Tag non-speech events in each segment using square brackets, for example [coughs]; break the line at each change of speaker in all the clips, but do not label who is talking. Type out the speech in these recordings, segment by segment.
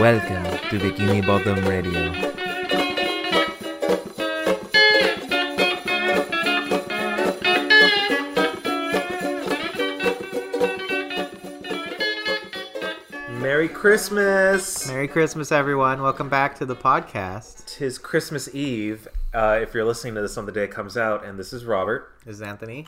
Welcome to Bikini Bottom Radio.
Merry Christmas!
Merry Christmas, everyone. Welcome back to the podcast.
Tis Christmas Eve. Uh, if you're listening to this on the day it comes out, and this is Robert
This is Anthony.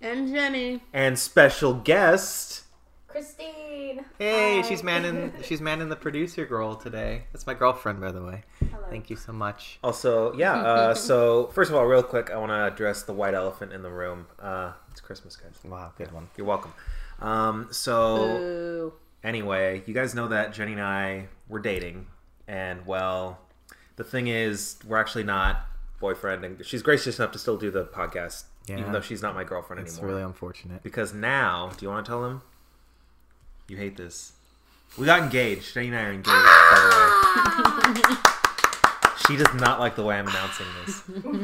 And Jenny.
and special guest.
Christine.
Hey,
Hi.
she's manning she's manning the producer role today. That's my girlfriend, by the way.
Hello.
Thank you so much.
Also, yeah.
[laughs]
Uh, so first of all, real quick, I want to address the white elephant in the room. Uh, it's Christmas, guys.
Wow, good one.
You're welcome. Um, so
Boo.
anyway, you guys know that Jenny and I were dating, and well, the thing is, we're actually not boyfriend, and she's gracious enough to still do the podcast,
Yeah.
even though she's not my girlfriend
It's
anymore.
really unfortunate.
Because now, do you want to tell them? You hate this. We got engaged. Jenny and I are engaged, by the way. She does not like the way I'm announcing this.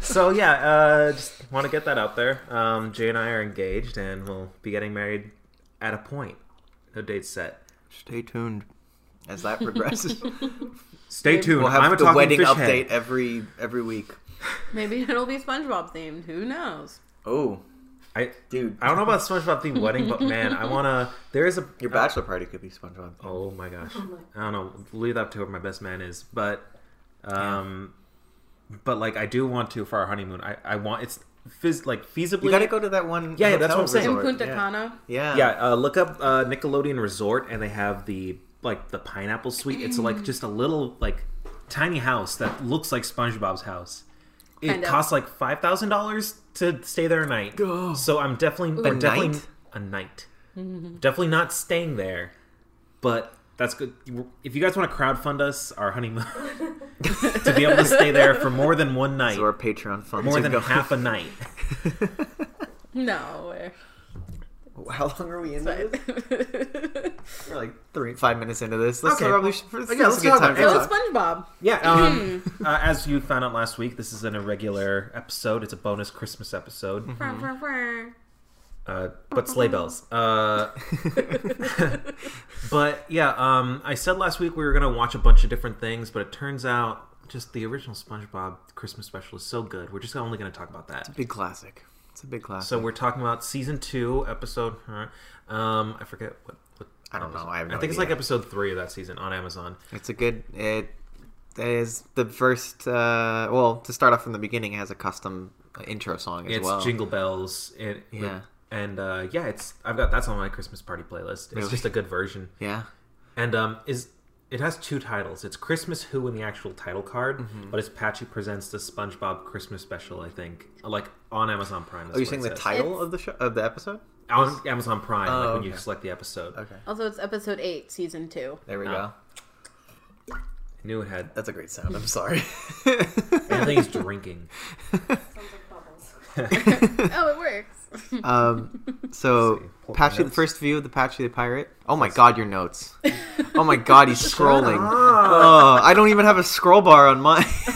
so, yeah, uh, just want to get that out there. Um, Jay and I are engaged, and we'll be getting married at a point. No date set.
Stay tuned as that
[laughs]
progresses.
Stay tuned.
we'll have
I'm a
the
talking
wedding
fish head.
update every every week.
Maybe [laughs] it'll be SpongeBob themed. Who knows?
Oh,
I,
dude,
I don't know about SpongeBob themed wedding, but man, I want to. There is a.
your bachelor party could be SpongeBob.
Oh my gosh. I don't know. Leave that to whoever my best man is. But um but like I do want to for our honeymoon. I, I want it's phys- like feasibly
You got to go to that one.
Yeah, yeah, that's
hotel
what I'm saying.
In
resort.
Punta
yeah.
Cana.
Yeah.
Yeah, uh, look up uh, Nickelodeon Resort and they have the like the pineapple suite. It's
Mm.
like just a little like tiny house that looks like SpongeBob's house. It
Kind of.
costs like five thousand dollars to stay there a night.
Go.
So I'm definitely
A
I'm definitely
night?
a
[laughs]
night. definitely not staying there, but that's good. If you guys want to crowdfund us our honeymoon [laughs] to be able to stay there for more than one night,
[laughs] So our Patreon funds
more
are
than
going.
half
[laughs]
a night,
No. eh,
How long are we in?
But
this?
[laughs]
We're like three, five minutes into this. Let's
Okay.
probably should, this
Yeah,
is
let's
a good
talk
time
about
to
it.
so
talk.
it's SpongeBob.
Yeah, um, [laughs] uh, as you found out last week, this is an irregular episode. It's a bonus Christmas episode,
Mm-hmm.
Frr, frr, frr.
uh, but sleigh bells. Uh, [laughs] but yeah, um, I said last week we were gonna watch a bunch of different things, but it turns out just the original SpongeBob Christmas special is so good. We're just only gonna talk about that.
Big classic. It's a big classic.
So we're talking about season two, episode. Um, I forget what. what
I don't know. I have no
think it's like
idea.
episode three of that season on Amazon.
It's a good. It is the first. Uh, well, to start off from the beginning, it has a custom uh, intro song as
It's
well.
Jingle Bells. It,
Yeah.
And uh, yeah, it's I've got that's on my Christmas party playlist. It's
Really?
just a good version.
yeah, Oh,
And um, is it has two titles. It's Christmas Who in the actual title card,
Mm-hmm.
but it's Patchy presents the SpongeBob Christmas special. I think like on Amazon Prime.
are you Oh, saying the
title
title
It's-
of the show of the episode?
on Amazon Prime?
Oh,
like when you
okay.
select the episode,
Okay,
Also, it's episode 8, season 2.
there we
No.
go.
I knew it
[laughs]
had.
That's a great sound.
[laughs]
I'm sorry. [laughs]
I think he's drinking.
Sounds like bubbles.
Oh, it works.
um,
Let's see.
so
Pull up my
Patchy, the
notes.
first view of the Patchy the Pirate. Oh my God, your
[laughs]
notes. Oh my God, he's scrolling. Oh, I don't even have a scroll bar on mine.
[laughs]
[laughs]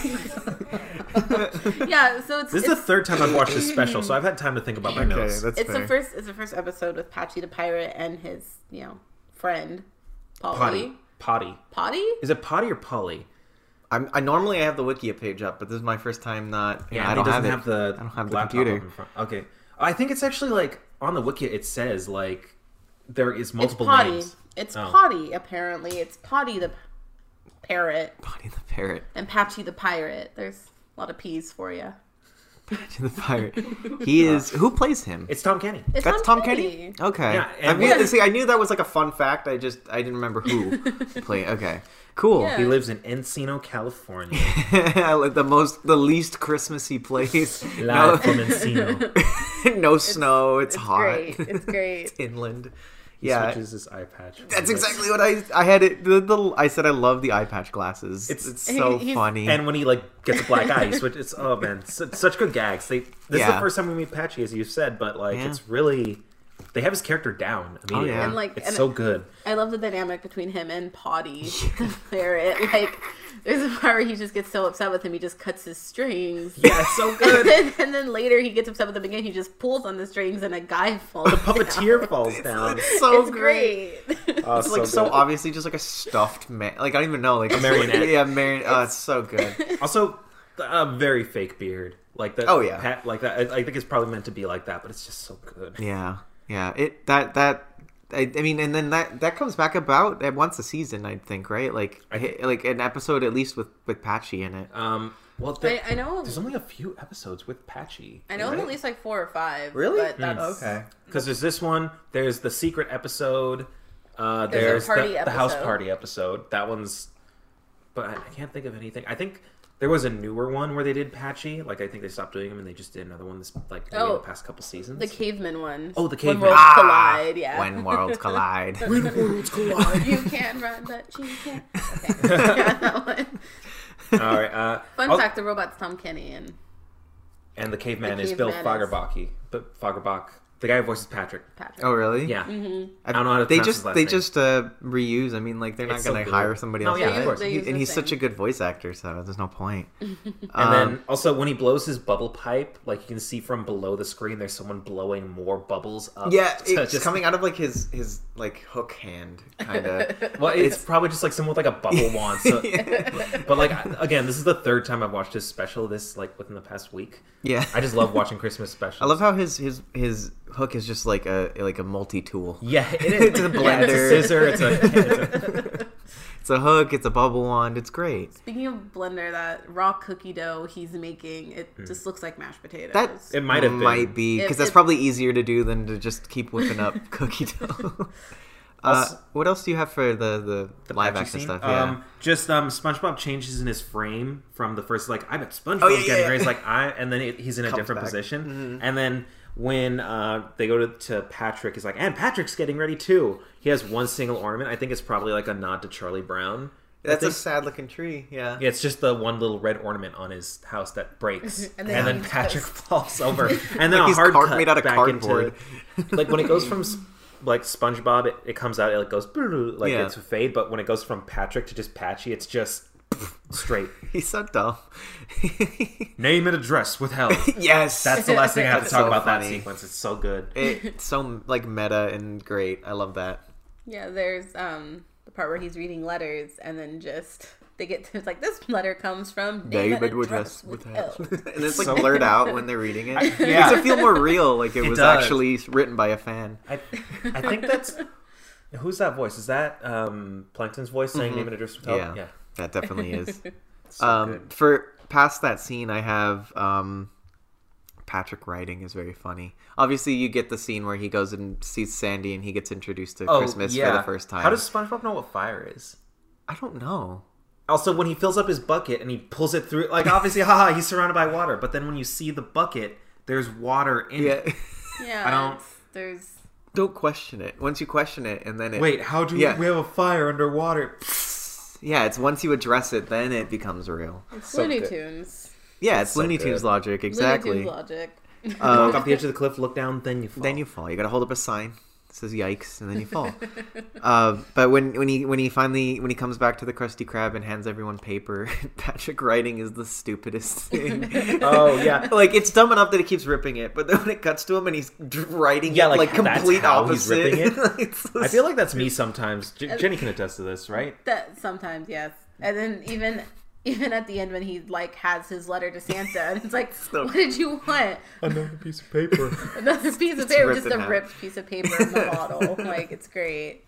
yeah, so it's
This is
it's,
the third time I've watched this special, so I've had time to think about my notes.
it's the first it's the first episode with Patchy the pirate and his, you know, friend Polly.
Potty. Potty.
Potty?
Is it potty or Polly?
I'm, I normally I have the Wikia page up, but this is my first time not. Yeah, I
Andy
don't have,
doesn't
it.
have the.
I don't have the
laptop
computer.
up in front. Okay, I think it's actually like on the wiki. It says like there is
It's
multiple
Potty.
names.
It's
Oh.
Potty apparently. It's Potty the p- parrot
Bonnie the Parrot.
and Patchy the pirate. There's a lot of P's for you.
to the pirate. He is who plays him?
It's Tom Kenny.
It's
That's Tom Kenny. Okay,
Yeah,
I
and-
knew, see, I knew that was like a fun fact. I just I didn't remember who played. Okay, cool.
Yeah.
He lives in Encino, California.
[laughs] I like the most, the least Christmassy place.
Live
[laughs] No,
from Encino.
[laughs] no snow. It's, hot.
Great.
[laughs]
It's great.
Inland.
Yeah.
yeah,
Switches his eye patch.
that's exactly what I I had. It the, the I said I love the eye patch glasses.
It's-
It's, so
He- he's-
funny.
And when he like gets a black eye, he switch- it's oh man, su- such good gags. They, this is the
Yeah.
first time we meet Patchy, as you said, but like
Yeah. Oh,
it's really they have his character down immediately.
yeah. And,
like,
it's
and-
so good. [laughs]
I love the dynamic between him and Potty the parrot. Like There's a part where he just gets so upset with him, he just cuts his strings.
Yeah, it's so
[laughs]
[laughs]
And
good.
then, and then later he gets upset with him again. He just pulls on the strings and a guy falls.
the puppeteer
down.
falls down.
[laughs] so
[laughs] it's
great.
great.
Oh,
It's like so,
good.
obviously just like a stuffed man. Like I don't even know. Like a
marionette.
[laughs] Yeah, marionette. Oh, it's so good.
[laughs] Also, a very fake beard. Like that.
Oh, yeah.
Pat, like that. I I think it's probably meant to be like that, but it's just so good.
Yeah, yeah. It that that. I, I mean, and then that that comes back about at once a season, I think, right? Like, hi- like an episode at least with with Patchy in it.
Um. Well,
I,
there-
I know.
there's only a few episodes with Patchy.
I know of at least like four or five.
Really?
Hmm,
But that's,
Because there's this one. There's the secret episode. Uh,
There's a
there's
party
the, the house
episode.
party episode. That one's. But I can't think of anything. I think there was a newer one where they did Patchy. Like I think they stopped doing them and they just did another one this like maybe in
Oh.
the past couple seasons.
The caveman one.
Oh, the
When
caveman.
worlds
Ah,
collide. Yeah.
[laughs]
When worlds collide.
[laughs] you can run, but you
[laughs]
can't. Okay. yeah, [laughs] that one.
All right. Uh,
Fun
I'll-
fact: the robot's Tom Kenny, and
And the caveman
The
is Bill
caveman is-
Fagerbakke. But Fagerbach, the guy who voices Patrick.
Patrick.
Oh, really?
Yeah. I don't know how to
They
pronounce
just
his last
they
name.
just uh, reuse. I mean, like they're not
It's so
gonna
good.
hire somebody
No,
else.
yeah,
for
of
it.
course.
They
He-
use
and
the
he's such a
same.
good voice actor, so there's no point.
[laughs]
Um,
And then also when he blows his bubble pipe, like you can see from below the screen, there's someone blowing more bubbles up. [laughs]
Yeah,
to
it's coming out of like his his like hook hand
[laughs]
kind of.
Well,
[laughs]
it's, probably just like someone with like a bubble wand. So, But like I- again, this is the third time I've watched this special. This like within the past week.
yeah,
I just love watching Christmas specials.
I love how his his his hook is just like a like a multi tool.
Yeah, it
[laughs]
is.
It's a
Yeah, it's a
blender.
scissor. It's a. It's a
[laughs] It's a hook. It's a bubble wand. It's great.
Speaking of blender, that raw cookie dough he's making, it
Hmm.
just looks like mashed potatoes.
That-
it might have been.
might be because
It-
that's
it-
probably easier to do than to just keep whipping up [laughs]
[laughs]
cookie dough. uh,
Also-
what else do you have for the the, live
patchy
action
scene.
stuff?
Um, just um, SpongeBob changes in his frame from the first like I bet SpongeBob's
Oh, yeah, yeah,
getting
yeah.
ready. He's like I, and then it, he's in a
Comes
different
back. Mm-hmm.
position. And then when uh, they go to, to Patrick, he's like, and Patrick's getting ready too. He has one single ornament. I think it's probably like a nod to Charlie Brown. I
that's a
think-
sad looking tree. Yeah.
yeah, it's just the one little red ornament on his house that breaks, [laughs] and
And
then,
then he
Patrick
just-
falls [laughs] over, and then
Like
a
he's
hard
card-
cut
made out of
back
cardboard.
Into, like when it goes [laughs] from s- like SpongeBob, it, it comes out, it like goes like
Yeah.
it's a fade, but when it goes from Patrick to just Patchy, it's just [laughs] straight.
[laughs] He's so dumb.
Name and address [laughs] withheld.
yes,
That's the last thing I have to
That's
talk
so
about that
funny.
sequence. It's so good.
it's so like meta and great. I love that.
Yeah, there's um the part where he's reading letters and then just they get to it's like this letter comes from David, Woodruss with
that.
L.
[laughs] and it's like
[laughs]
blurred out when they're reading it. It
yeah.
makes it feel more real, like it,
It
was
does.
actually written by
[laughs]
a fan.
I, I think that's [laughs] who's that voice? Is that um, Plankton's voice saying name and address withheld?
yeah, that definitely is.
It's [laughs] so
um,
good.
for past that scene, I have um, Patrick writing is very funny. Obviously, you get the scene where he goes and sees Sandy, and he gets introduced to Christmas for the first time.
oh, How does SpongeBob know what fire is?
I don't know.
Also, when he fills up his bucket and he pulls it through, like obviously, [laughs] haha, he's surrounded by water. But then when you see the bucket, there's water in it.
[laughs] Yeah,
[laughs] Yeah.
I don't-
it's- There's
don't question it. Once you question it, and then it,
Wait, how do
Yeah.
we have a fire underwater?
yeah, it's once you address it, then it becomes real.
so
Looney
good.
Tunes.
Yeah, it's
so
Looney
good.
Tunes logic,
Looney
exactly. Uh,
Tunes logic.
Walk off the edge of the cliff, look down, then you fall. [laughs]
then you fall. You gotta hold up a sign. It says "Yikes!" and then you
[laughs]
fall. uh, but when when he when he finally when he comes back to the Krusty Krab and hands everyone paper, [laughs] Patrick writing is the stupidest thing.
[laughs] Oh, yeah.
[laughs] like it's dumb enough that he keeps ripping it, but then when it cuts to him and he's d- writing,
Yeah,
it,
like,
like
that's
complete
how he's
opposite.
ripping it.
[laughs] It's
I feel like that's me sometimes. J- Jenny can attest to this, right?
[laughs] That sometimes, yes. And then even even at the end when he like has his letter to Santa and it's like,
[laughs] So-
What did you want?
Another piece of paper.
Another piece of paper,
ripped
just
in
a
half.
ripped piece of paper in the
[laughs]
bottle. Like it's great.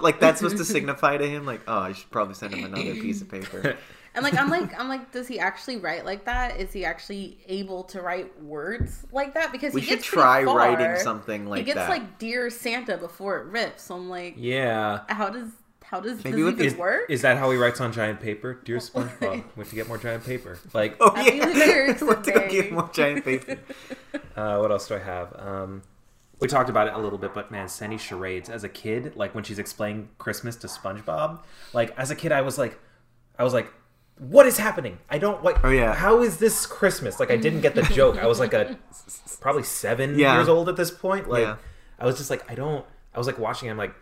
like that's supposed to signify to him, like, oh, I should probably send him another piece
[laughs]
of paper.
And like I'm like I'm like, does he actually write like that? Is he actually able to write words like that? Because
We
he
should
gets
try
pretty far.
writing something like
he gets
that.
like "Dear Santa" before it rips. So I'm like,
[laughs] yeah.
how does how does
Maybe
this
with
even
Is,
work?
is that how he writes on giant paper?
[laughs]
Dear SpongeBob, we have to get more giant paper. Like,
[laughs] oh
I
yeah, [laughs]
mean, there's
Let's go
something.
get more
[laughs]
giant paper. [laughs]
Uh, what else do I have? Um, we talked about it a little bit, but man, Sandy charades as a kid, like when she's explaining Christmas to SpongeBob, like as a kid, I was like, I was like, what is happening? I don't like.
Oh, yeah.
How is this Christmas? Like I didn't get the joke. I was like
[laughs]
a probably seven
Yeah.
years old at this point. Like
Yeah.
I was just like I don't. I was like watching. it, I'm like,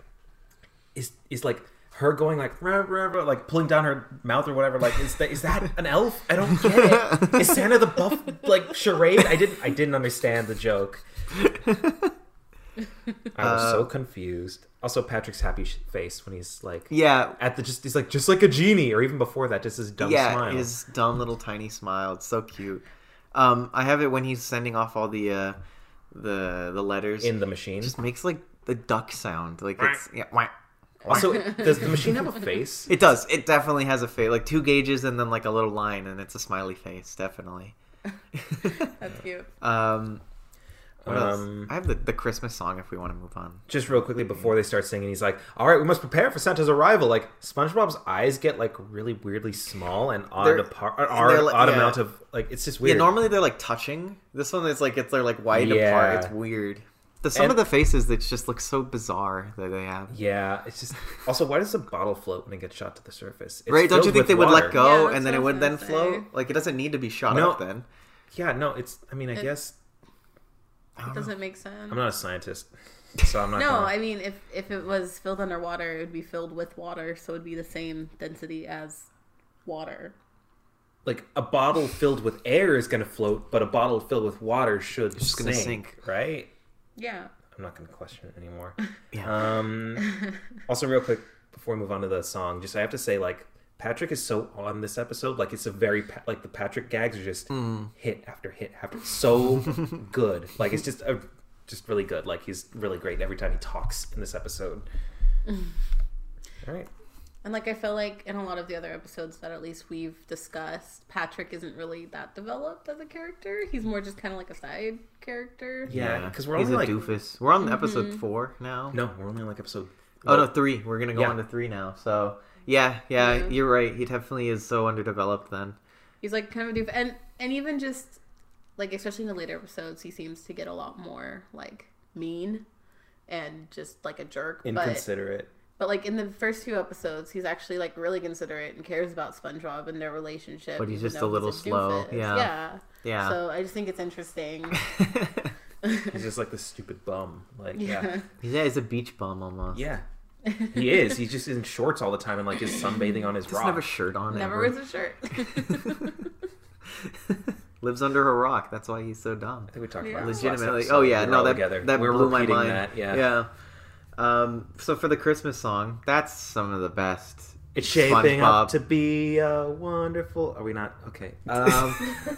is is like her going like rah, rah, rah, like pulling down her mouth or whatever. Like is that is that an elf? I don't get
[laughs]
it. Is Santa the buff like charade? I didn't I didn't understand the joke. I was
Uh,
so confused. Also, Patrick's happy sh- face when he's like
Yeah,
at the just he's like just like a genie, or even before that, just his dumb
yeah,
smile.
his dumb little tiny smile. It's so cute. Um, I have it when he's sending off all the uh, the the letters.
in the machine.
it just makes like the duck sound. Like it's yeah. wah. [laughs]
Also, does the machine have a face?
It does. It definitely has a face, like two gauges and then like a little line, and it's a smiley face, definitely.
That's cute.
um, what
Um,
else? I have the, the Christmas song if we want to move on.
Just real
Mm-hmm.
quickly before they start singing, he's like, "All right, we must prepare for Santa's arrival." Like SpongeBob's eyes get like really weirdly small and odd
They're-
apart, odd,
they're like-
odd
yeah.
amount of like it's just weird.
Yeah, normally they're like touching. This one is like it's they're like wide apart.
Yeah.
It's weird. The some
And-
of the faces that just look so bizarre that they have.
Yeah, it's just also why does the bottle float when it gets shot to the surface? It's
right? Don't
filled
you think
with
they would
water.
let go
Yeah,
and
that's
then it
what I
would
was
then
gonna
float?
say.
Like it doesn't need to be shot
No.
up then.
Yeah, no, it's. I mean, I guess
I don't know.
Doesn't make sense.
I'm not a scientist, so I'm not.
No,
gonna-
I mean if if it was filled underwater, it would be filled with water, so it would be the same density as water.
like a bottle filled with air is going to float, but a bottle filled with water should
just
sink,
gonna
right?
Yeah.
I'm not going to question it anymore.
Uh,
Um, also, real quick before we move on to the song, just I have to say, like Patrick is so on this episode. Like it's a very pa- like the Patrick gags are just
Hmm.
hit after hit after
[laughs]
so good. Like it's just a just really good. Like he's really great every time he talks in this episode. All right.
And like I feel like in a lot of the other episodes that at least we've discussed, Patrick isn't really that developed as a character. He's more just kind of like a side character.
Yeah, because we're
he's
only
a
like
doofus. We're on episode
Mm-hmm.
four now.
no, we're only like episode.
Oh no, three. We're gonna go
Yeah.
on to three now. So yeah, yeah,
Yeah.
you're right. He definitely is so underdeveloped then.
He's like kind of a doof, and and even just like especially in the later episodes, he seems to get a lot more like mean and just like a jerk. But
inconsiderate.
But like in the first few episodes, he's actually like really considerate and cares about SpongeBob and their relationship.
But he's
even
just a
though
little slow.
doofus.
Yeah.
yeah.
Yeah.
So I just think it's interesting.
He's just like this stupid bum. Like yeah.
[laughs] yeah.
[laughs] yeah, he's a beach bum almost.
Yeah. he is. He's just in shorts all the time and like is sunbathing
[laughs]
on his
Doesn't have a
rock.
shirt on.
Never
ever.
wears a shirt.
[laughs] Lives under a rock. That's why he's so dumb.
I think we talked
Yeah.
about this last
legitimately.
episode.
Oh yeah,
We were
no,
all
that
together.
that
We we're
blew my
repeating
mind.
That. Yeah.
yeah. Um, so for the Christmas song, that's some of the best.
it's shaping
SpongeBob.
up
[laughs]
to be a wonderful. Are we not okay? Um, [laughs]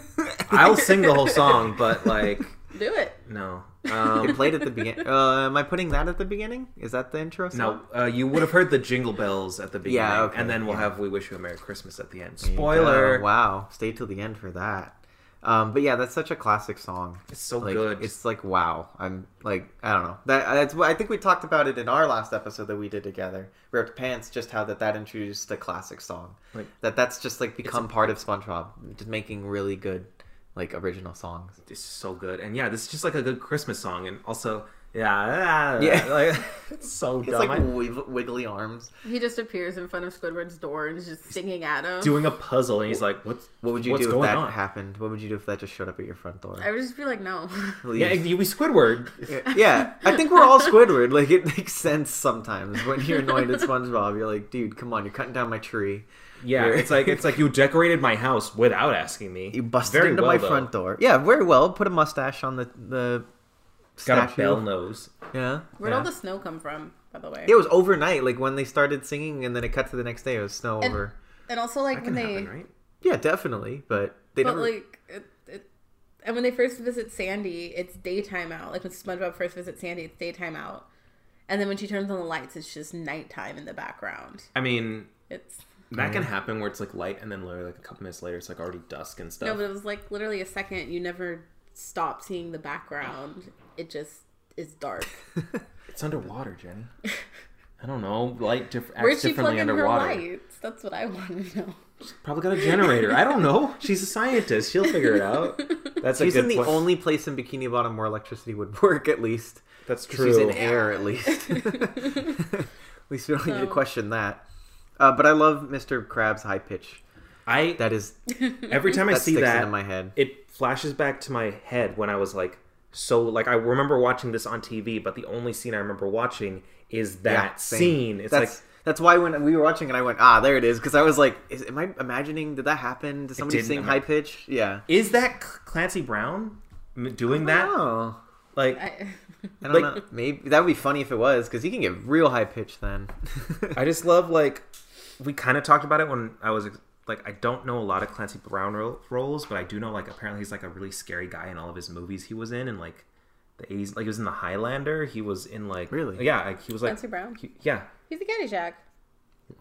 I'll sing
[laughs]
the whole song, but like
Do it.
no,
They
um,
played at the beginning. Uh, am I putting that at the beginning? Is that the intro?
no.
song?
Uh, you would have heard the jingle bells at the beginning,
Yeah, okay,
and then we'll
yeah.
have "We Wish You a Merry Christmas" at the end.
There you go.
Spoiler!
wow, stay till the end for that. Um, but yeah, that's such a classic song.
It's so
like,
Oh, good.
It's like wow. I'm like I don't know. That that's what I think we talked about it in our last episode that we did together. Ripped Pants. Just how that that introduced the classic song.
Like-
that that's just like become part of SpongeBob. Just making really good like original songs.
it's so good, and yeah, this is just like a good Christmas song, and also yeah,
Yeah.
[laughs] like, it's so
It's
dumb.
like
I-
wi- wiggly arms.
He just appears in front of Squidward's door and is just singing at him.
doing a puzzle, and he's like, "What's
What would you
what's
do if
going
that
on?
happened? What would you do if that just showed up at your front door?
I would just be like, no.
Yeah,
Leave.
you be Squidward.
yeah, I think we're all Squidward. Like it makes sense sometimes when you're annoyed at SpongeBob. You're like, dude, come on, you're cutting down my tree.
Yeah,
You're-
it's like it's
[laughs]
like you decorated my house without asking me.
You busted into my
though.
front door. Yeah, very well. Put a mustache on the the
Got
statue.
a bell nose.
Yeah,
[laughs] Where'd
yeah.
all the snow come from, by the way?
It was overnight, like when they started singing, and then it cut to the next day. It was snow
And-
over.
and also like
That can
when they
happen, right?
Yeah, definitely, but they
But
never.
like, it, it, and when they first visit Sandy, it's daytime out. Like when SpongeBob first visits Sandy, it's daytime out, and then when she turns on the lights, it's just nighttime in the background.
I mean,
It's
that can happen where it's like light, and then literally like a couple minutes later, it's like already dusk and stuff.
no, but it was like literally a second. You never stop seeing the background. It just is dark.
it's underwater,
[laughs]
Jenny. I don't know. Light diff- acts
Where'd she plug
differently
in her
underwater.
lights? That's what I want to know. [laughs]
Probably got a generator. I don't know. She's a scientist. She'll figure it
[laughs]
out. That's
She's
a good
in the
point.
only place in Bikini Bottom where electricity would [laughs] work, at least.
That's
'Cause She's in
true.
air, at least. [laughs] at least we don't need to
So-
question that. Uh, but I love Mr. Krabs' high pitch.
I
That is
every time I
that
see
sticks
that
into my head.
it flashes back to my head when I was like so like I remember watching this on TV, but the only scene I remember watching is that
same.
scene. It's
That's-
like
That's why when we were watching it, I went, ah, there it is, because I was like, is, am I imagining? Did that happen? Did somebody
didn't
sing
ima-
high pitch? Yeah.
Is that C- Clancy Brown m- doing that?
Oh,
Like,
I,
I don't
Like-
know. Maybe that would be funny if it was, because he can get real high pitched then.
[laughs] I just love like we kind of talked about it when I was like I don't know a lot of Clancy Brown ro- roles, but I do know like apparently he's like a really scary guy in all of his movies he was in and like the 80s like he was in the Highlander, he was in like
Really?
Yeah, like he was like
Clancy Brown?
he- yeah,
he's a Caddyshack.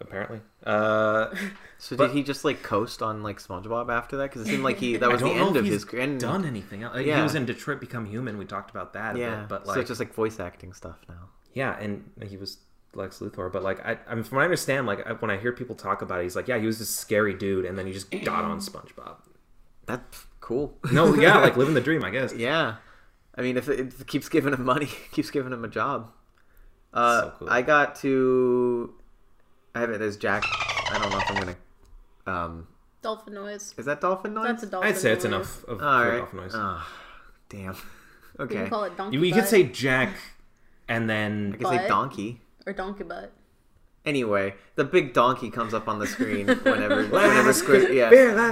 apparently. Uh
so
But-
did he just like coast on like SpongeBob after that? Because it seemed like he
[laughs]
that
I
was the
don't know
end
if
of
he's
his career. and-
done anything else. Like, He
Yeah.
was in Detroit Become Human, we talked about that, a
Yeah.
bit, but
so
like
it's just like voice acting stuff now.
Yeah, and he was Lex Luthor, but like I, I mean, from what I understand, like I, when I hear people talk about it, he's like, yeah, he was this scary dude, and then he just got on SpongeBob.
That's cool. [laughs]
No, yeah, like living the dream, I guess.
Yeah, I mean, if it, if it keeps giving him money, [laughs] keeps giving him a job. Uh,
So cool.
I got to. I have it as Jack. I don't know if I'm gonna. Um,
Dolphin noise.
is that dolphin noise?
That's a dolphin.
I'd say it's
noise.
enough of
All
for
right.
golf noise.
Ah, damn. [laughs]
You
Okay.
can call it donkey.
you, you could
butt
say Jack, and
I
then
can say
butt.
donkey.
or donkey butt.
Anyway, the big donkey comes up on the
[laughs]
screen whenever whenever Squid. Yeah. [laughs]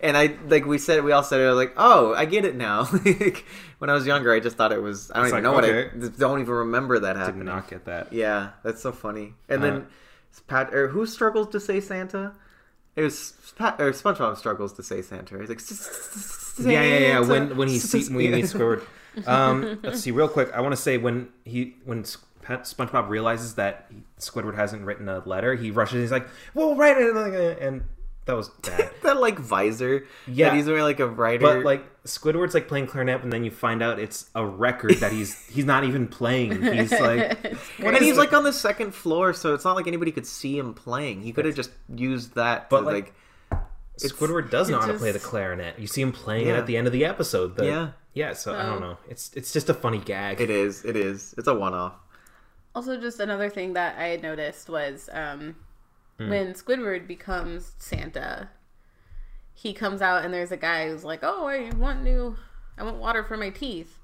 and I like we said we all said it I was like oh I get it now. [laughs] like, when I was younger, I just thought it was I don't
It's
even
like,
know what
okay.
I don't even remember that
did
happening.
not get that.
Yeah, that's so funny. And
Uh,
then it's Pat or who struggles to say Santa? It was Pat or SpongeBob struggles to say Santa. He's like, "S-s-s-s-Santa."
Yeah, yeah, yeah. When
[laughs]
when he see when he meets Squidward. Um, let's see, real quick. I want to say when he when Sp- SpongeBob realizes that Squidward hasn't written a letter, he rushes. He's like, "Well, write it," and that was
[laughs]
bad.
that like visor.
Yeah.
that he's wearing like a writer.
But like Squidward's like playing clarinet, and then you find out it's a record that he's
[laughs]
he's not even playing. He's
[laughs]
like,
and
is
he's
the-
like on the second floor, so it's not like anybody could see him playing. He could have just used that.
But,
to,
like,
like,
Squidward does know how to
just-
play the clarinet. You see him playing it
Yeah.
at the end of the episode. The-
Yeah. Oh.
yeah. So I don't know. It's it's just a funny gag.
it is, it is, it's a one-off.
Also, just another thing that I had noticed was um,
Hmm.
when Squidward becomes Santa, he comes out and there's a guy who's like, "Oh, I want new, I want water for my teeth,"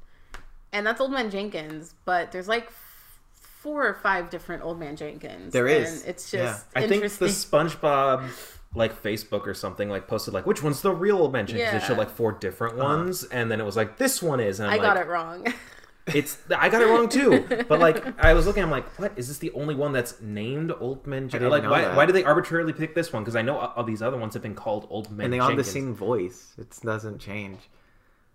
and that's Old Man Jenkins. But there's like f- four or five different Old Man Jenkins.
There is,
And it's just
I think the
interesting.
SpongeBob like Facebook or something like posted like which one's the real old man Jenkins? It
Yeah.
showed like four different
Uh-huh.
ones, and then it was like this one is. And
I
I'm
got
like,
it wrong. [laughs]
It's I got it wrong too. But like I was looking, I'm like, what is this the only one that's named Old Man Jenkins?
didn't
Like
know
why
that.
why did they arbitrarily pick this one? Because I know all all these other ones have been called Old Man.
And they all have the
Jenkins.
same voice. It doesn't change.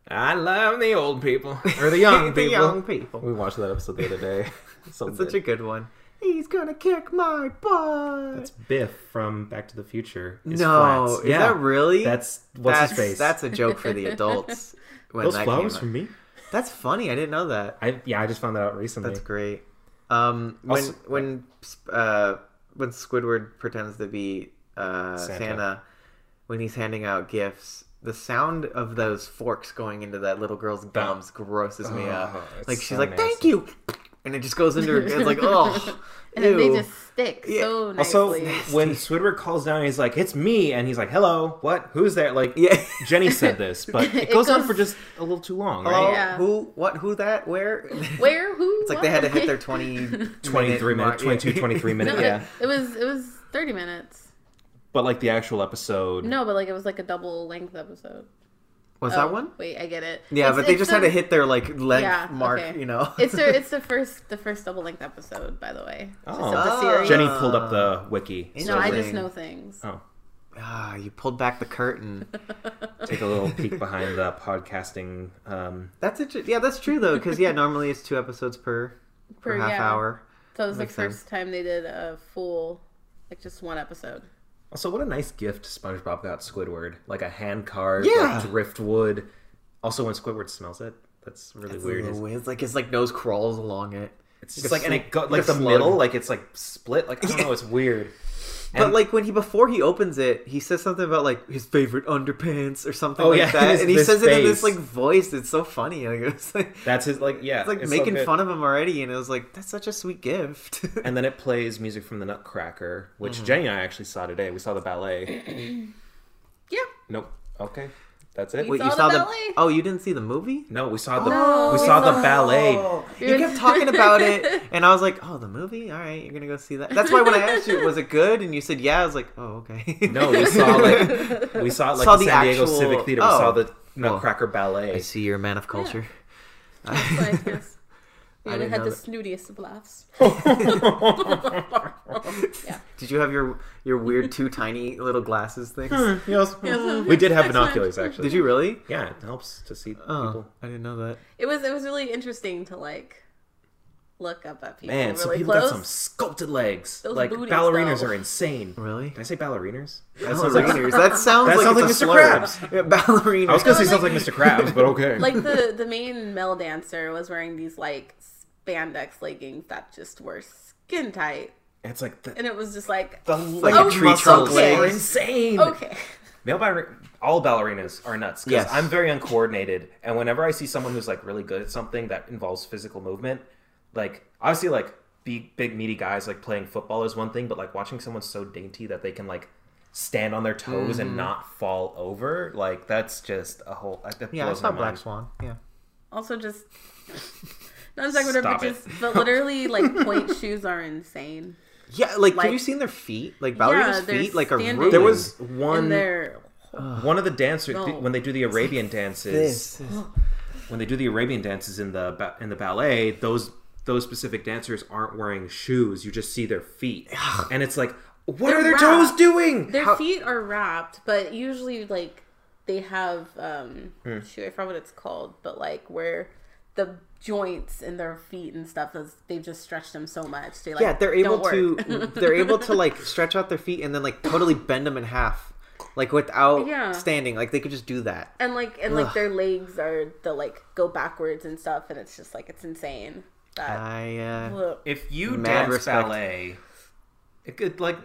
I love the old people [laughs] or the young
[laughs] The
people.
young
[laughs]
people.
We watched that episode the other [laughs] day. so
It's such a
good.
good one. He's gonna kick my butt.
That's Biff from Back to the Future. is
no,
Flats.
is that really?
That's what's
that's,
his face.
That's a joke for
[laughs]
the adults. When
those
that
flowers
came
from
up.
me.
That's funny. I didn't know that.
I yeah, I just found that out recently.
That's great. Um, when
Also-
when uh, when Squidward pretends to be uh,
Santa.
Santa. when he's handing out gifts, the sound of those forks going into that little girl's gums grosses me out.
Oh, it's
Like she's
so
like, "Thank
nasty.
you," and it just goes into her. It's
[laughs]
like, oh,
and then they
ew."
just stick
Yeah.
so
Also,
[laughs]
nicely.
when Squidward calls down, he's like, "It's me," and he's like, "Hello, what? Who's there?" Like,
[laughs]
Yeah. [laughs]
Jenny said this, but it,
It
goes, on
goes-
for just a little too long,
Oh,
right?
Yeah.
who, what, who, that, where? [laughs] It's
Where? Who? It's
like they had to hit their
[laughs]
20,
23
[laughs]
minute, 22, 23 minute, yeah.
It was. It was thirty minutes.
But like the actual episode,
No, but like it was like a double length episode.
Was
Oh,
that one?
Wait, I get it.
Yeah,
It's-
but they
it's
just
the-
had to hit their like length
yeah,
mark,
okay.
you know.
[laughs] it's the it's the first the first double length episode, by the way. Just
Oh.
of the
Oh.
series.
Jenny pulled up the wiki.
No, I just
Interesting.
know things.
Oh,
[laughs] Ah, you pulled back the
[laughs]
curtain.
take a little peek behind the podcasting. Um,
That's it. Yeah, that's true though, because yeah, normally it's two episodes per per,
Per-
half
yeah.
hour.
So it was the
Makes sense.
first time they did a full, like just one episode.
also, what a nice gift SpongeBob got Squidward, like a hand card,
Yeah.
like driftwood. Also, when Squidward smells it, that's really
It's,
weird.
a little- it's like his like nose crawls along it.
It's
Like
just
a
like, and
sl-
it go,
like
like
a
the
slug.
middle, like it's like split. Like I don't know, it's weird.
But
And-
like when he before he opens it, he says something about like his favorite underpants or something
Oh,
like
yeah,
that,
his-
and he
his
says it in this
face.
like voice. It's so funny. Like [laughs] it's like
That's his like yeah,
it's like
it's so
making
good.
fun of him already, and it was like that's such a sweet gift.
[laughs]
And then it plays music from the Nutcracker, which
Mm-hmm.
Jenny and I actually saw today. We saw the ballet.
Yeah.
Nope. Okay, that's it.
Wait. saw the ballet?
Oh, you didn't see the movie?
No, we saw the
No,
we
we
saw
saw-
the ballet.
You kept talking about it,
[laughs]
and I was like, "Oh, the movie. All right, you're gonna go see that." That's why when I asked you, "Was it good?" and you said, "Yeah," I was like, "Oh, [laughs] okay."
No, we saw
[laughs]
like we saw it, like
Saw
the
the
San Diego
actual-
Civic Theater.
oh.
We saw the Nutcracker
I
[laughs] Ballet.
see [laughs] you're a man of
[laughs]
culture. [laughs]
Like this.
I
And we
didn't
had
know
the
that.
snootiest of
[laughs]
laughs. yeah.
Did you have your your weird two tiny little glasses things?
Yes.
Yes.
We did have
Excellent.
binoculars actually.
Did you really?
Yeah, it helps to see
Oh,
people.
I didn't know that.
It was it was really interesting to like look up at people
Man,
really
some people
close.
got some sculpted legs.
Those
like
booties,
ballerinas
though.
are insane.
Really?
Did I say ballerinas? That sounds
[laughs]
like-
Ballerinas. That sounds
That
like,
sounds
it's
like
a
Mr.
slur. Yeah, ballerinas.
I was gonna say
No,
sounds like
like-
Mr. Krabs, but okay.
[laughs]
like the the main male dancer was wearing these like spandex leggings that just were skin tight,
it's like the,
and it was just like
the
like
like
a
a
tree
tree
trunk
trunk
legs.
are insane.
okay.
Male baller- all ballerinas are nuts. Because
Yes.
I'm very uncoordinated, and whenever I see someone who's like really good at something that involves physical movement, like obviously like big big meaty guys like playing football is one thing, but like watching someone so dainty that they can like stand on their toes
Mm-hmm.
and not fall over, like that's just a whole. That
Yeah, I
blows
saw
my
Black
mind.
Swan. Yeah.
Also, just not sequitur, but
Stop it.
just
[laughs]
but literally like point shoes are insane.
Yeah, like,
Like-
have you seen their feet? Like ballerinas'
Yeah, they're
feet, like are
standing.
ruined.
There was
And
one
they're
one of the dancers
No.
when they do the Arabian dances.
this.
when they do the Arabian dances in the ba- in the ballet, those those specific dancers aren't wearing shoes. You just see their feet, and it's like, what
They're
are their
wrapped.
toes doing?
their feet are wrapped, but usually like they have um
Hmm.
shoot, I forgot what it's called, but like where the joints in their feet and stuff is they've just stretched them so much. They like
yeah, they're able
don't work.
to they're able to
[laughs]
like stretch out their feet and then like totally bend them in half, like without
Yeah.
standing. Like they could just do that.
and like and like
Ugh.
their legs are the like go backwards and stuff, and it's just like it's insane. That
I uh,
look.
If you
Mad
dance
respect.
ballet, it could like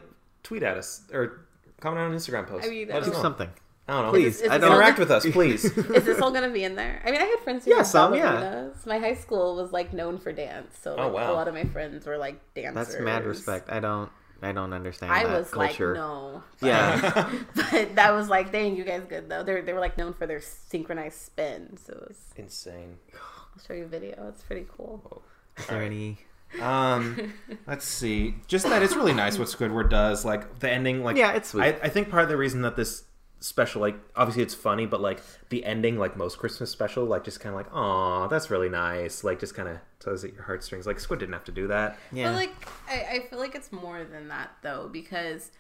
tweet at us or comment on an Instagram post.
I mean,
Let us
do
know.
something.
I don't know.
Please,
Is- is
I
it
don't
interact with us, please.
[laughs] Is this all gonna be in there? I mean, I had friends who
Yeah,
were
some, yeah.
ballerinas. My high school was like known for dance, so like,
Oh, wow.
a lot of my friends were like dancers.
That's mad respect. I don't I don't understand
I
that
was
culture.
like, no,
Yeah.
[laughs]
[laughs]
but that was like, dang, you guys good though. They they were like known for their synchronized spin. So it was,
Insane.
I'll show you a video. It's pretty cool.
Is there any
[laughs] Um, let's see. Just that it's really nice what Squidward does. Like the ending, like
Yeah, it's sweet.
I, I think part of the reason that this special, like obviously it's funny, but like the ending, like most Christmas special, like just kind of like, oh, that's really nice. Like just kind of tugs at your heartstrings. Like Squid didn't have to do [laughs] that.
Yeah. [laughs]
But like, I, I feel like it's more than that though, because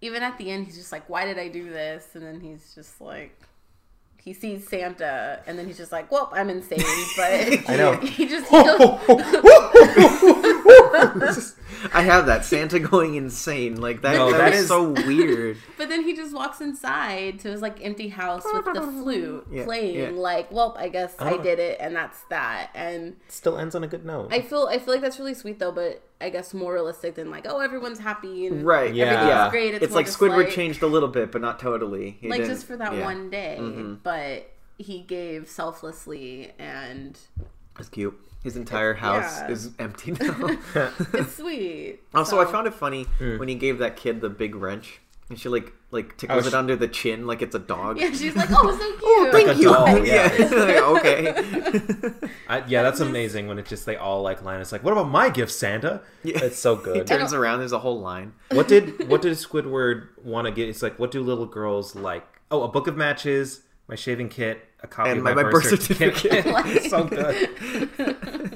even at the end, he's just like, why did I do this? And then he's just like. He sees Santa, and then he's just like, "Well,
[laughs]
I'm insane." But
I know.
[laughs] he just he
[laughs]
goes,
I have that Santa going insane. Like that,
No,
that
that
is
is-
so weird.
But then he just walks inside to his like empty house with the flute
Yeah, Uh-huh.
playing.
yeah.
Like, well, I guess I
Oh.
did it, and that's that. And
Still ends on a good note.
I feel I feel like that's really sweet though, but I guess more realistic than like, oh, everyone's happy and
Right.
Yeah.
everything's
Yeah.
great. It's,
It's, like
Squidward
Squidward
like,
changed a little bit, but not totally. He
like
didn't-
just for that
yeah. Mm-hmm.
one day, but he gave selflessly,
[laughs]
and
It's cute. His entire house
yeah.
is
[laughs]
empty now.
it's sweet.
also, I found it funny when he gave that kid the big wrench, and she like like
Mm.
tickles
Oh,
it
she-
under the chin like it's a dog. [laughs]
yeah, she's like, oh, so cute.
Thank you.
doll,
yeah. [laughs]
yeah.
Like, okay.
[laughs]
[laughs]
I- yeah, that's amazing when it's just they all like line. It's like, what about my gift, Santa?
Yeah.
It's so
he
good.
turns around. There's a whole line.
what did what did Squidward want to get? It's like, what do little girls like? Oh, a book of matches, my shaving kit, a copy
And
of
my,
my,
my birth certificate.
[laughs] It's so good.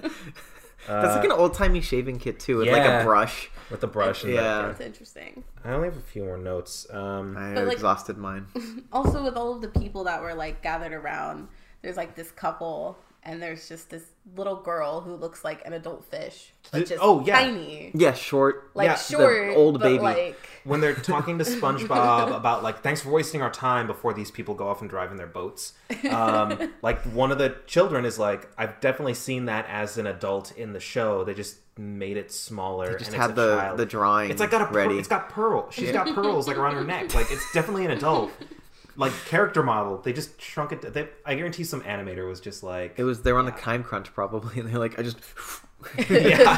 That's like an old timey shaving kit too, with like a
yeah.
brush.
with the brush. And
Yeah.
yeah.
That's interesting.
I only have a few more notes. Um,
I
But, like-
exhausted mine.
also with all of the people that were like gathered around there's like this couple and there's just this little girl who looks like an adult fish but
Th-
just
oh, yeah.
tiny
Yeah, short.
like
Yeah, the
short
old
but
baby.
like
when they're talking to SpongeBob about like, thanks for wasting our time before these people go off and drive in their boats.
[laughs]
Um, like one of the children is like, I've definitely seen that as an adult in the show. They just made it smaller.
just
and
had
it's a
the
child.
the drawing.
It's like got a per-
ready.
it's got pearl. She's got pearls like around her neck. Like it's definitely an adult.
[laughs]
Like character model, they just shrunk it. They, I guarantee some animator was just like,
It was they were on a time crunch probably, and they're like,
[laughs]
I just. [laughs]
yeah,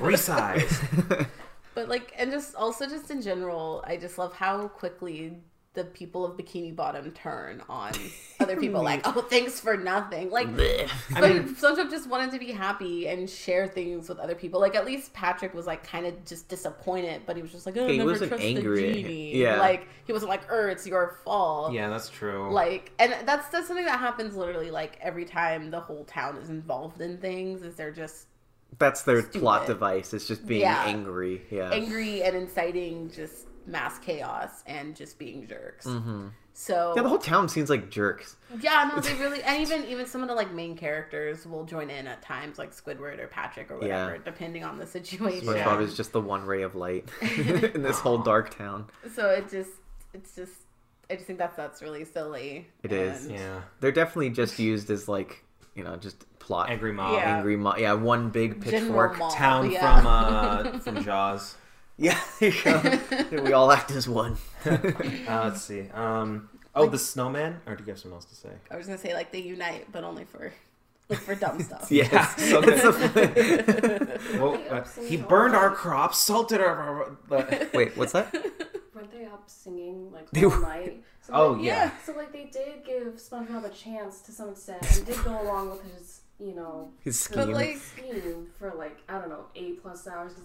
resize.
but like and just also just in general i just love how quickly the people of Bikini Bottom turn
[laughs]
on other people, like, oh, thanks for nothing. Like,
I
some- some people just wanted to be happy and share things with other people. Like, at least Patrick was like kind of just disappointed, but he was just like, oh,
He
never
wasn't
trust
angry
the
at
genie.
him. Yeah.
Like, he wasn't like, er, it's your fault.
Yeah, that's true.
Like, and that's that's something that happens literally like every time the whole town is involved in things. Is they're just
That's their plot
Stupid.
device. It's just being
Yeah.
angry. Yeah.
angry and inciting just mass chaos and just being jerks. So
Mm-hmm. Yeah, the whole town seems like jerks.
Yeah, no, they really, and even even some of the like main characters will join in at times, like Squidward or Patrick or
Yeah.
whatever, depending on the situation.
SpongeBob
Yeah.
is just the one ray of
[laughs]
light [laughs] in this whole dark town.
So it just, it's just, I just think that's that's really silly.
It is.
And-
yeah,
They're definitely just used as like, you know, just plot
angry mob.
Yeah.
angry mo- yeah, one big
General
pitchfork. [laughs]
Mob,
Town
yeah.
from
[laughs]
uh from Jaws.
Yeah, there you go. we all act as
[laughs]
one.
Uh, let's see. Um. Oh, the snowman. Or do you have something else to say?
[laughs] I was gonna say like they unite, but only for [laughs] like
[laughs]
for dumb stuff.
yes.
so Well,
They
uh,
up singing
he
all
burned
night.
our crops, salted our.
[laughs]
the-
[laughs] Wait, what's that?
Weren't they up singing like
They
all
were-
night? So,
Oh,
like,
yeah.
So like they did give SpongeBob a chance to
[laughs]
some extent. He did go along with his, you know,
His scheme.
But like,
scheme for like I don't know eight plus hours because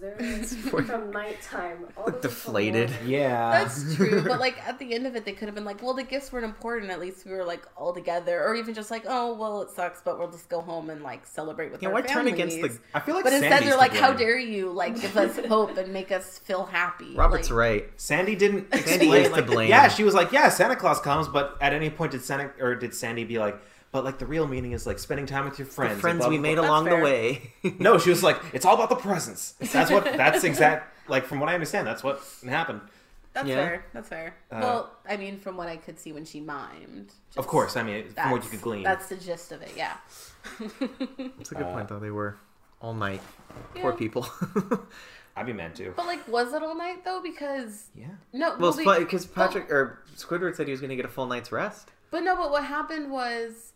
[laughs]
they're like, from nighttime all the way till
Deflated.
morning.
yeah.
that's true.
[laughs]
But like at the end of it, they could have been like, well, the gifts weren't important. At least we were like all together, or even just like, oh, well, it sucks, but we'll just go home and like celebrate with
yeah,
our
why turn
families.
against the?
I feel like.
But instead,
Sandy's
they're
to
like, "How
blame.
dare you? Like,
[laughs]
give us hope and make us feel happy."
Robert's
like,
right.
Sandy didn't.
[laughs] Sandy
explain,
is to
like-
blame.
Yeah, she was like, yeah, Santa Claus comes, but at any point did Santa or did Sandy be like, but like the real meaning is like spending time with your friends.
The
and
friends
blah,
we
blah,
made
blah."
along the
fair.
way. [laughs]
No, she was like, it's all about the presents. That's what. That's exact. Like from what I understand, that's what happened.
That's
Yeah.
fair. That's fair.
Uh,
well, I mean, from what I could see when she mimed,
Of course, I mean, from what you could glean.
That's the gist of it. Yeah. [laughs]
That's a good
Uh,
point though. They were all night. Poor
Yeah.
people. [laughs]
I'd be mad too.
But like, was it all night though? Because
Yeah.
no,
well,
we-
because Patrick or Squidward said he was going to get a full night's rest.
But no, but what happened was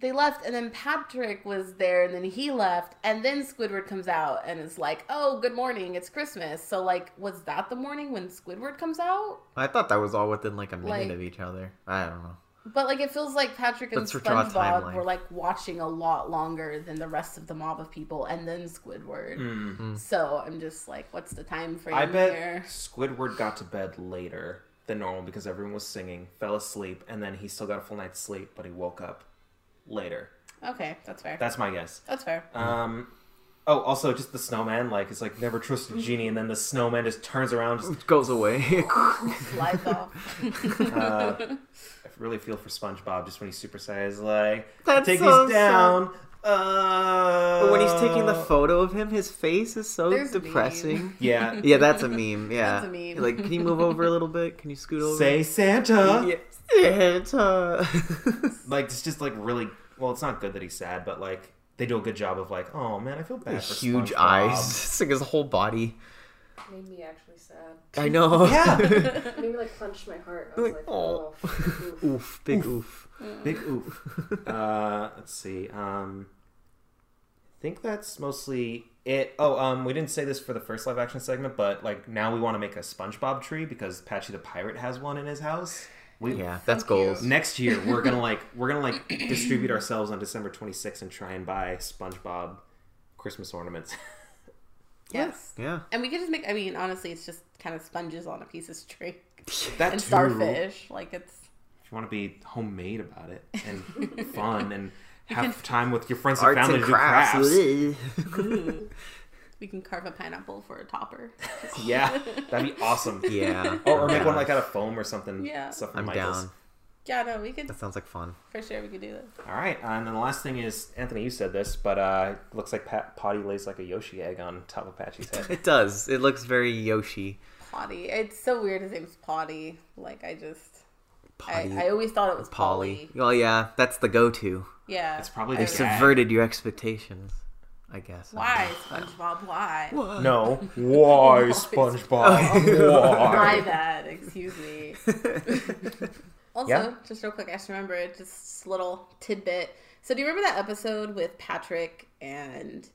they left, and then Patrick was there, and then he left, and then Squidward comes out and is like, "Oh, good morning, it's Christmas." So like, was that the morning when Squidward comes out?
I thought that was all within like a minute
Like-
of each other. I don't know.
But like it feels like Patrick and
Let's draw a
SpongeBob
timeline.
were like watching a lot longer than the rest of the mob of people, and then Squidward.
Mm-hmm.
So I'm just like, what's the time frame
Hmm. I bet
here?
Squidward got to bed later than normal because everyone was singing, fell asleep, and then he still got a full night's sleep, but he woke up later.
Okay, that's fair.
That's my guess.
that's fair.
Um, oh, also just the snowman. Like it's like never trust a genie, and then the snowman just turns around. Just,
Goes
[laughs]
away.
Slides off.
uh, I really feel for SpongeBob just when he's super sized. Like
[laughs] That's
take
so
these down. Uh,
but when he's taking the photo of him, his face is [laughs] so
There's a [laughs]
depressing.
[laughs]
[laughs]
yeah,
Yeah, that's a meme. Yeah,
That's a meme.
Like, can you move over a little bit? Can you scoot over? uh,
say Santa.
Yeah. [laughs]
[laughs]
Santa.
Like it's just like really. Well, it's not good that he's sad, but like they do a good job of like, oh man, I feel bad. For
Huge
SpongeBob."
eyes. [laughs] It's like his whole body.
Made me actually sad.
[laughs]
I know.
Yeah.
Made me like clench my heart. I was like,
Aw.
oh. [laughs]
[laughs]
[laughs]
oof.
oof. Big oof.
Big oof. [laughs] Uh, let's see. Um, I think that's mostly it. Oh, um, we didn't say this for the first live action segment, but like now we want to make a SpongeBob tree because Patchy the Pirate has one in his house. We,
Yeah, that's
cute.
goals.
Next year we're gonna like we're gonna like [coughs] distribute ourselves on December 26th and try and buy SpongeBob Christmas ornaments. [laughs]
yes.
Yeah.
And we could just make. I mean, honestly, it's just kind of sponges on a piece of string
that
and
too,
starfish. Like it's.
If you want to be homemade about it
[laughs]
and fun and have time with your friends and
Arts
family
and
to do crafts.
crafts. Ugh.
We can carve a pineapple for a
[laughs]
topper.
Yeah, that'd be
[laughs]
awesome.
[laughs] yeah.
Oh, or make
Yeah.
one like out of foam or something.
Yeah.
Stuff from
I'm
Michael's.
down.
yeah, no, we could
That sounds like fun.
for sure. We could do that.
All right, and then the last thing is Anthony. You said this, but uh, it looks like Pat- Potty lays like a Yoshi egg on top of Patchy's head.
It does. It looks very Yoshi.
Potty. It's so weird. His name's Potty. Like I just.
Potty.
I, I always thought it was
Polly.
Polly.
Well, yeah, that's the go-to.
Yeah.
It's probably
I
the
They
don't
same-
know.
subverted your expectations, I guess.
Why, SpongeBob? Why?
no,
[laughs]
why
[laughs]
SpongeBob?
My bad. Excuse me. Also,
Yeah.
just real quick, I just remembered just little tidbit. So, do you remember that episode with Patrick and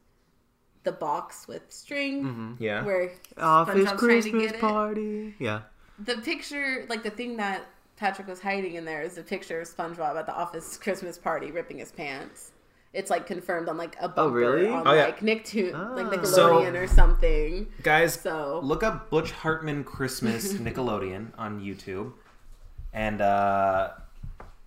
the box with string,
Yeah,
where
Office
SpongeBob's trying to
Christmas
get it? [laughs]
party. Yeah.
the picture, like the thing that Patrick was hiding in there is a picture of SpongeBob at the office Christmas party ripping his pants. It's like confirmed on like a bumper
really?
on
Oh, yeah.
like Nicktoon, like
Ah.
Nickelodeon
So-
or something.
Guys,
So
look up Butch Hartman Christmas Nickelodeon on YouTube, and uh,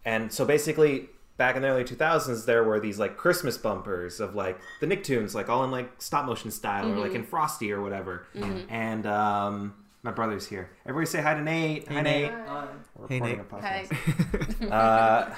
and so basically back in the early 2000s there were these like Christmas bumpers of like the Nicktoons, like all in like stop motion style or like in Frosty or whatever. And um, my brother's here. Everybody say hi to Nate. hi Nate. We're
Hey,
recording
Nate.
a podcast.
Hi.
Uh,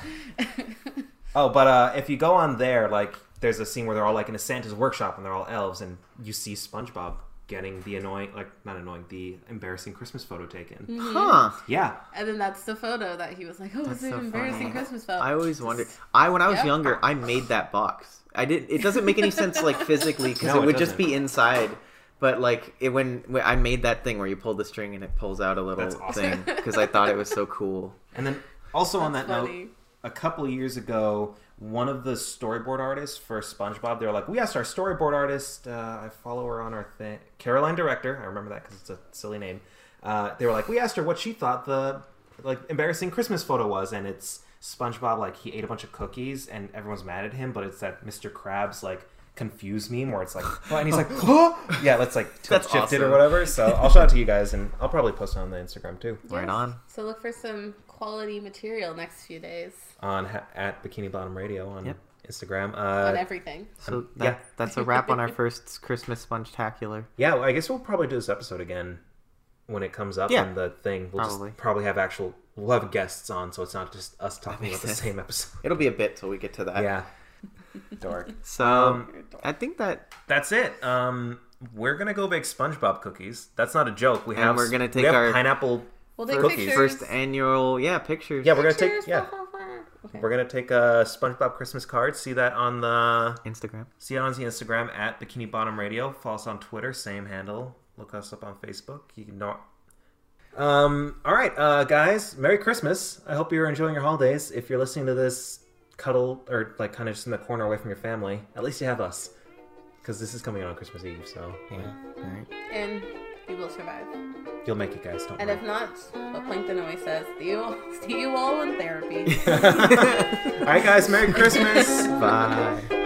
[laughs]
oh, but uh, if you go on there, like there's a scene where they're all like in a Santa's workshop and they're all elves, and you see SpongeBob getting the annoying, like not annoying, the embarrassing Christmas photo taken.
huh.
Mm. Oh,
Yeah,
and then that's the photo that he was like, "Oh,
That's
it's an
so
embarrassing
funny.
Christmas photo."
I always wondered. I when I was
Yep.
younger, I made that box. I did. not It doesn't make any sense like physically because
No,
it
it
would just
doesn't.
be inside. But like it when, when I made that thing where you pull the string and it pulls out a little
That's awesome.
thing because I thought it was so
[laughs]
cool.
and then also on that
That's
note,
funny.
a couple years ago, one of the storyboard artists for SpongeBob, they were like, we asked our storyboard artist, uh, I follow her on our thing, Caroline Director, I remember that because it's a silly name. Uh, they were like, we asked her what she thought the like embarrassing Christmas photo was, and it's SpongeBob like he ate a bunch of cookies and everyone's mad at him, but it's that Mr. Krabs like confused meme where it's
[laughs]
like, "Huh?" and he's like, huh? yeah, let's like tilt
That's
shifted or
awesome.
whatever.
[laughs]
So I'll shout out to you guys, and I'll probably post it on the Instagram too
Right on.
So look for some quality material next few days
on ha- at Bikini Bottom Radio on
Yep.
Instagram. Uh,
on everything.
So that,
yeah.
that's a wrap on our first Christmas Spongetacular.
Yeah, well, I guess we'll probably do this episode again when it comes up
Yeah.
on the thing. We'll
Probably.
just probably have actual we'll have guests on, so it's not just us talking about
makes
the
sense.
same episode. [laughs]
It'll be a bit till we get to that.
Yeah, dark.
So
Um,
I think that
That's it. Um, we're gonna go bake SpongeBob cookies. That's not a joke. We
And
have
we're
s-
gonna
we
take
have
our-
pineapple.
We'll take
Cookies.
pictures.
first annual yeah pictures.
Yeah, we're gonna take
Pictures,
yeah.
blah, blah, blah. Okay.
We're gonna take a SpongeBob Christmas card. See that on the
Instagram.
see it on the Instagram at Bikini Bottom Radio. Follow us on Twitter, same handle. Look us up on Facebook. You can not. Um. All right, uh, guys. Merry Christmas. I hope you're enjoying your holidays. If you're listening to this, cuddle or like kind of just in the corner away from your family. At least you have us, because this is coming out on Christmas Eve. So
Yeah. All right.
and you will survive.
you'll make it, guys. Don't
And if
worry.
not, what Plankton always says, [laughs] see you, see you all in therapy.
all right, guys. Merry Christmas.
Bye.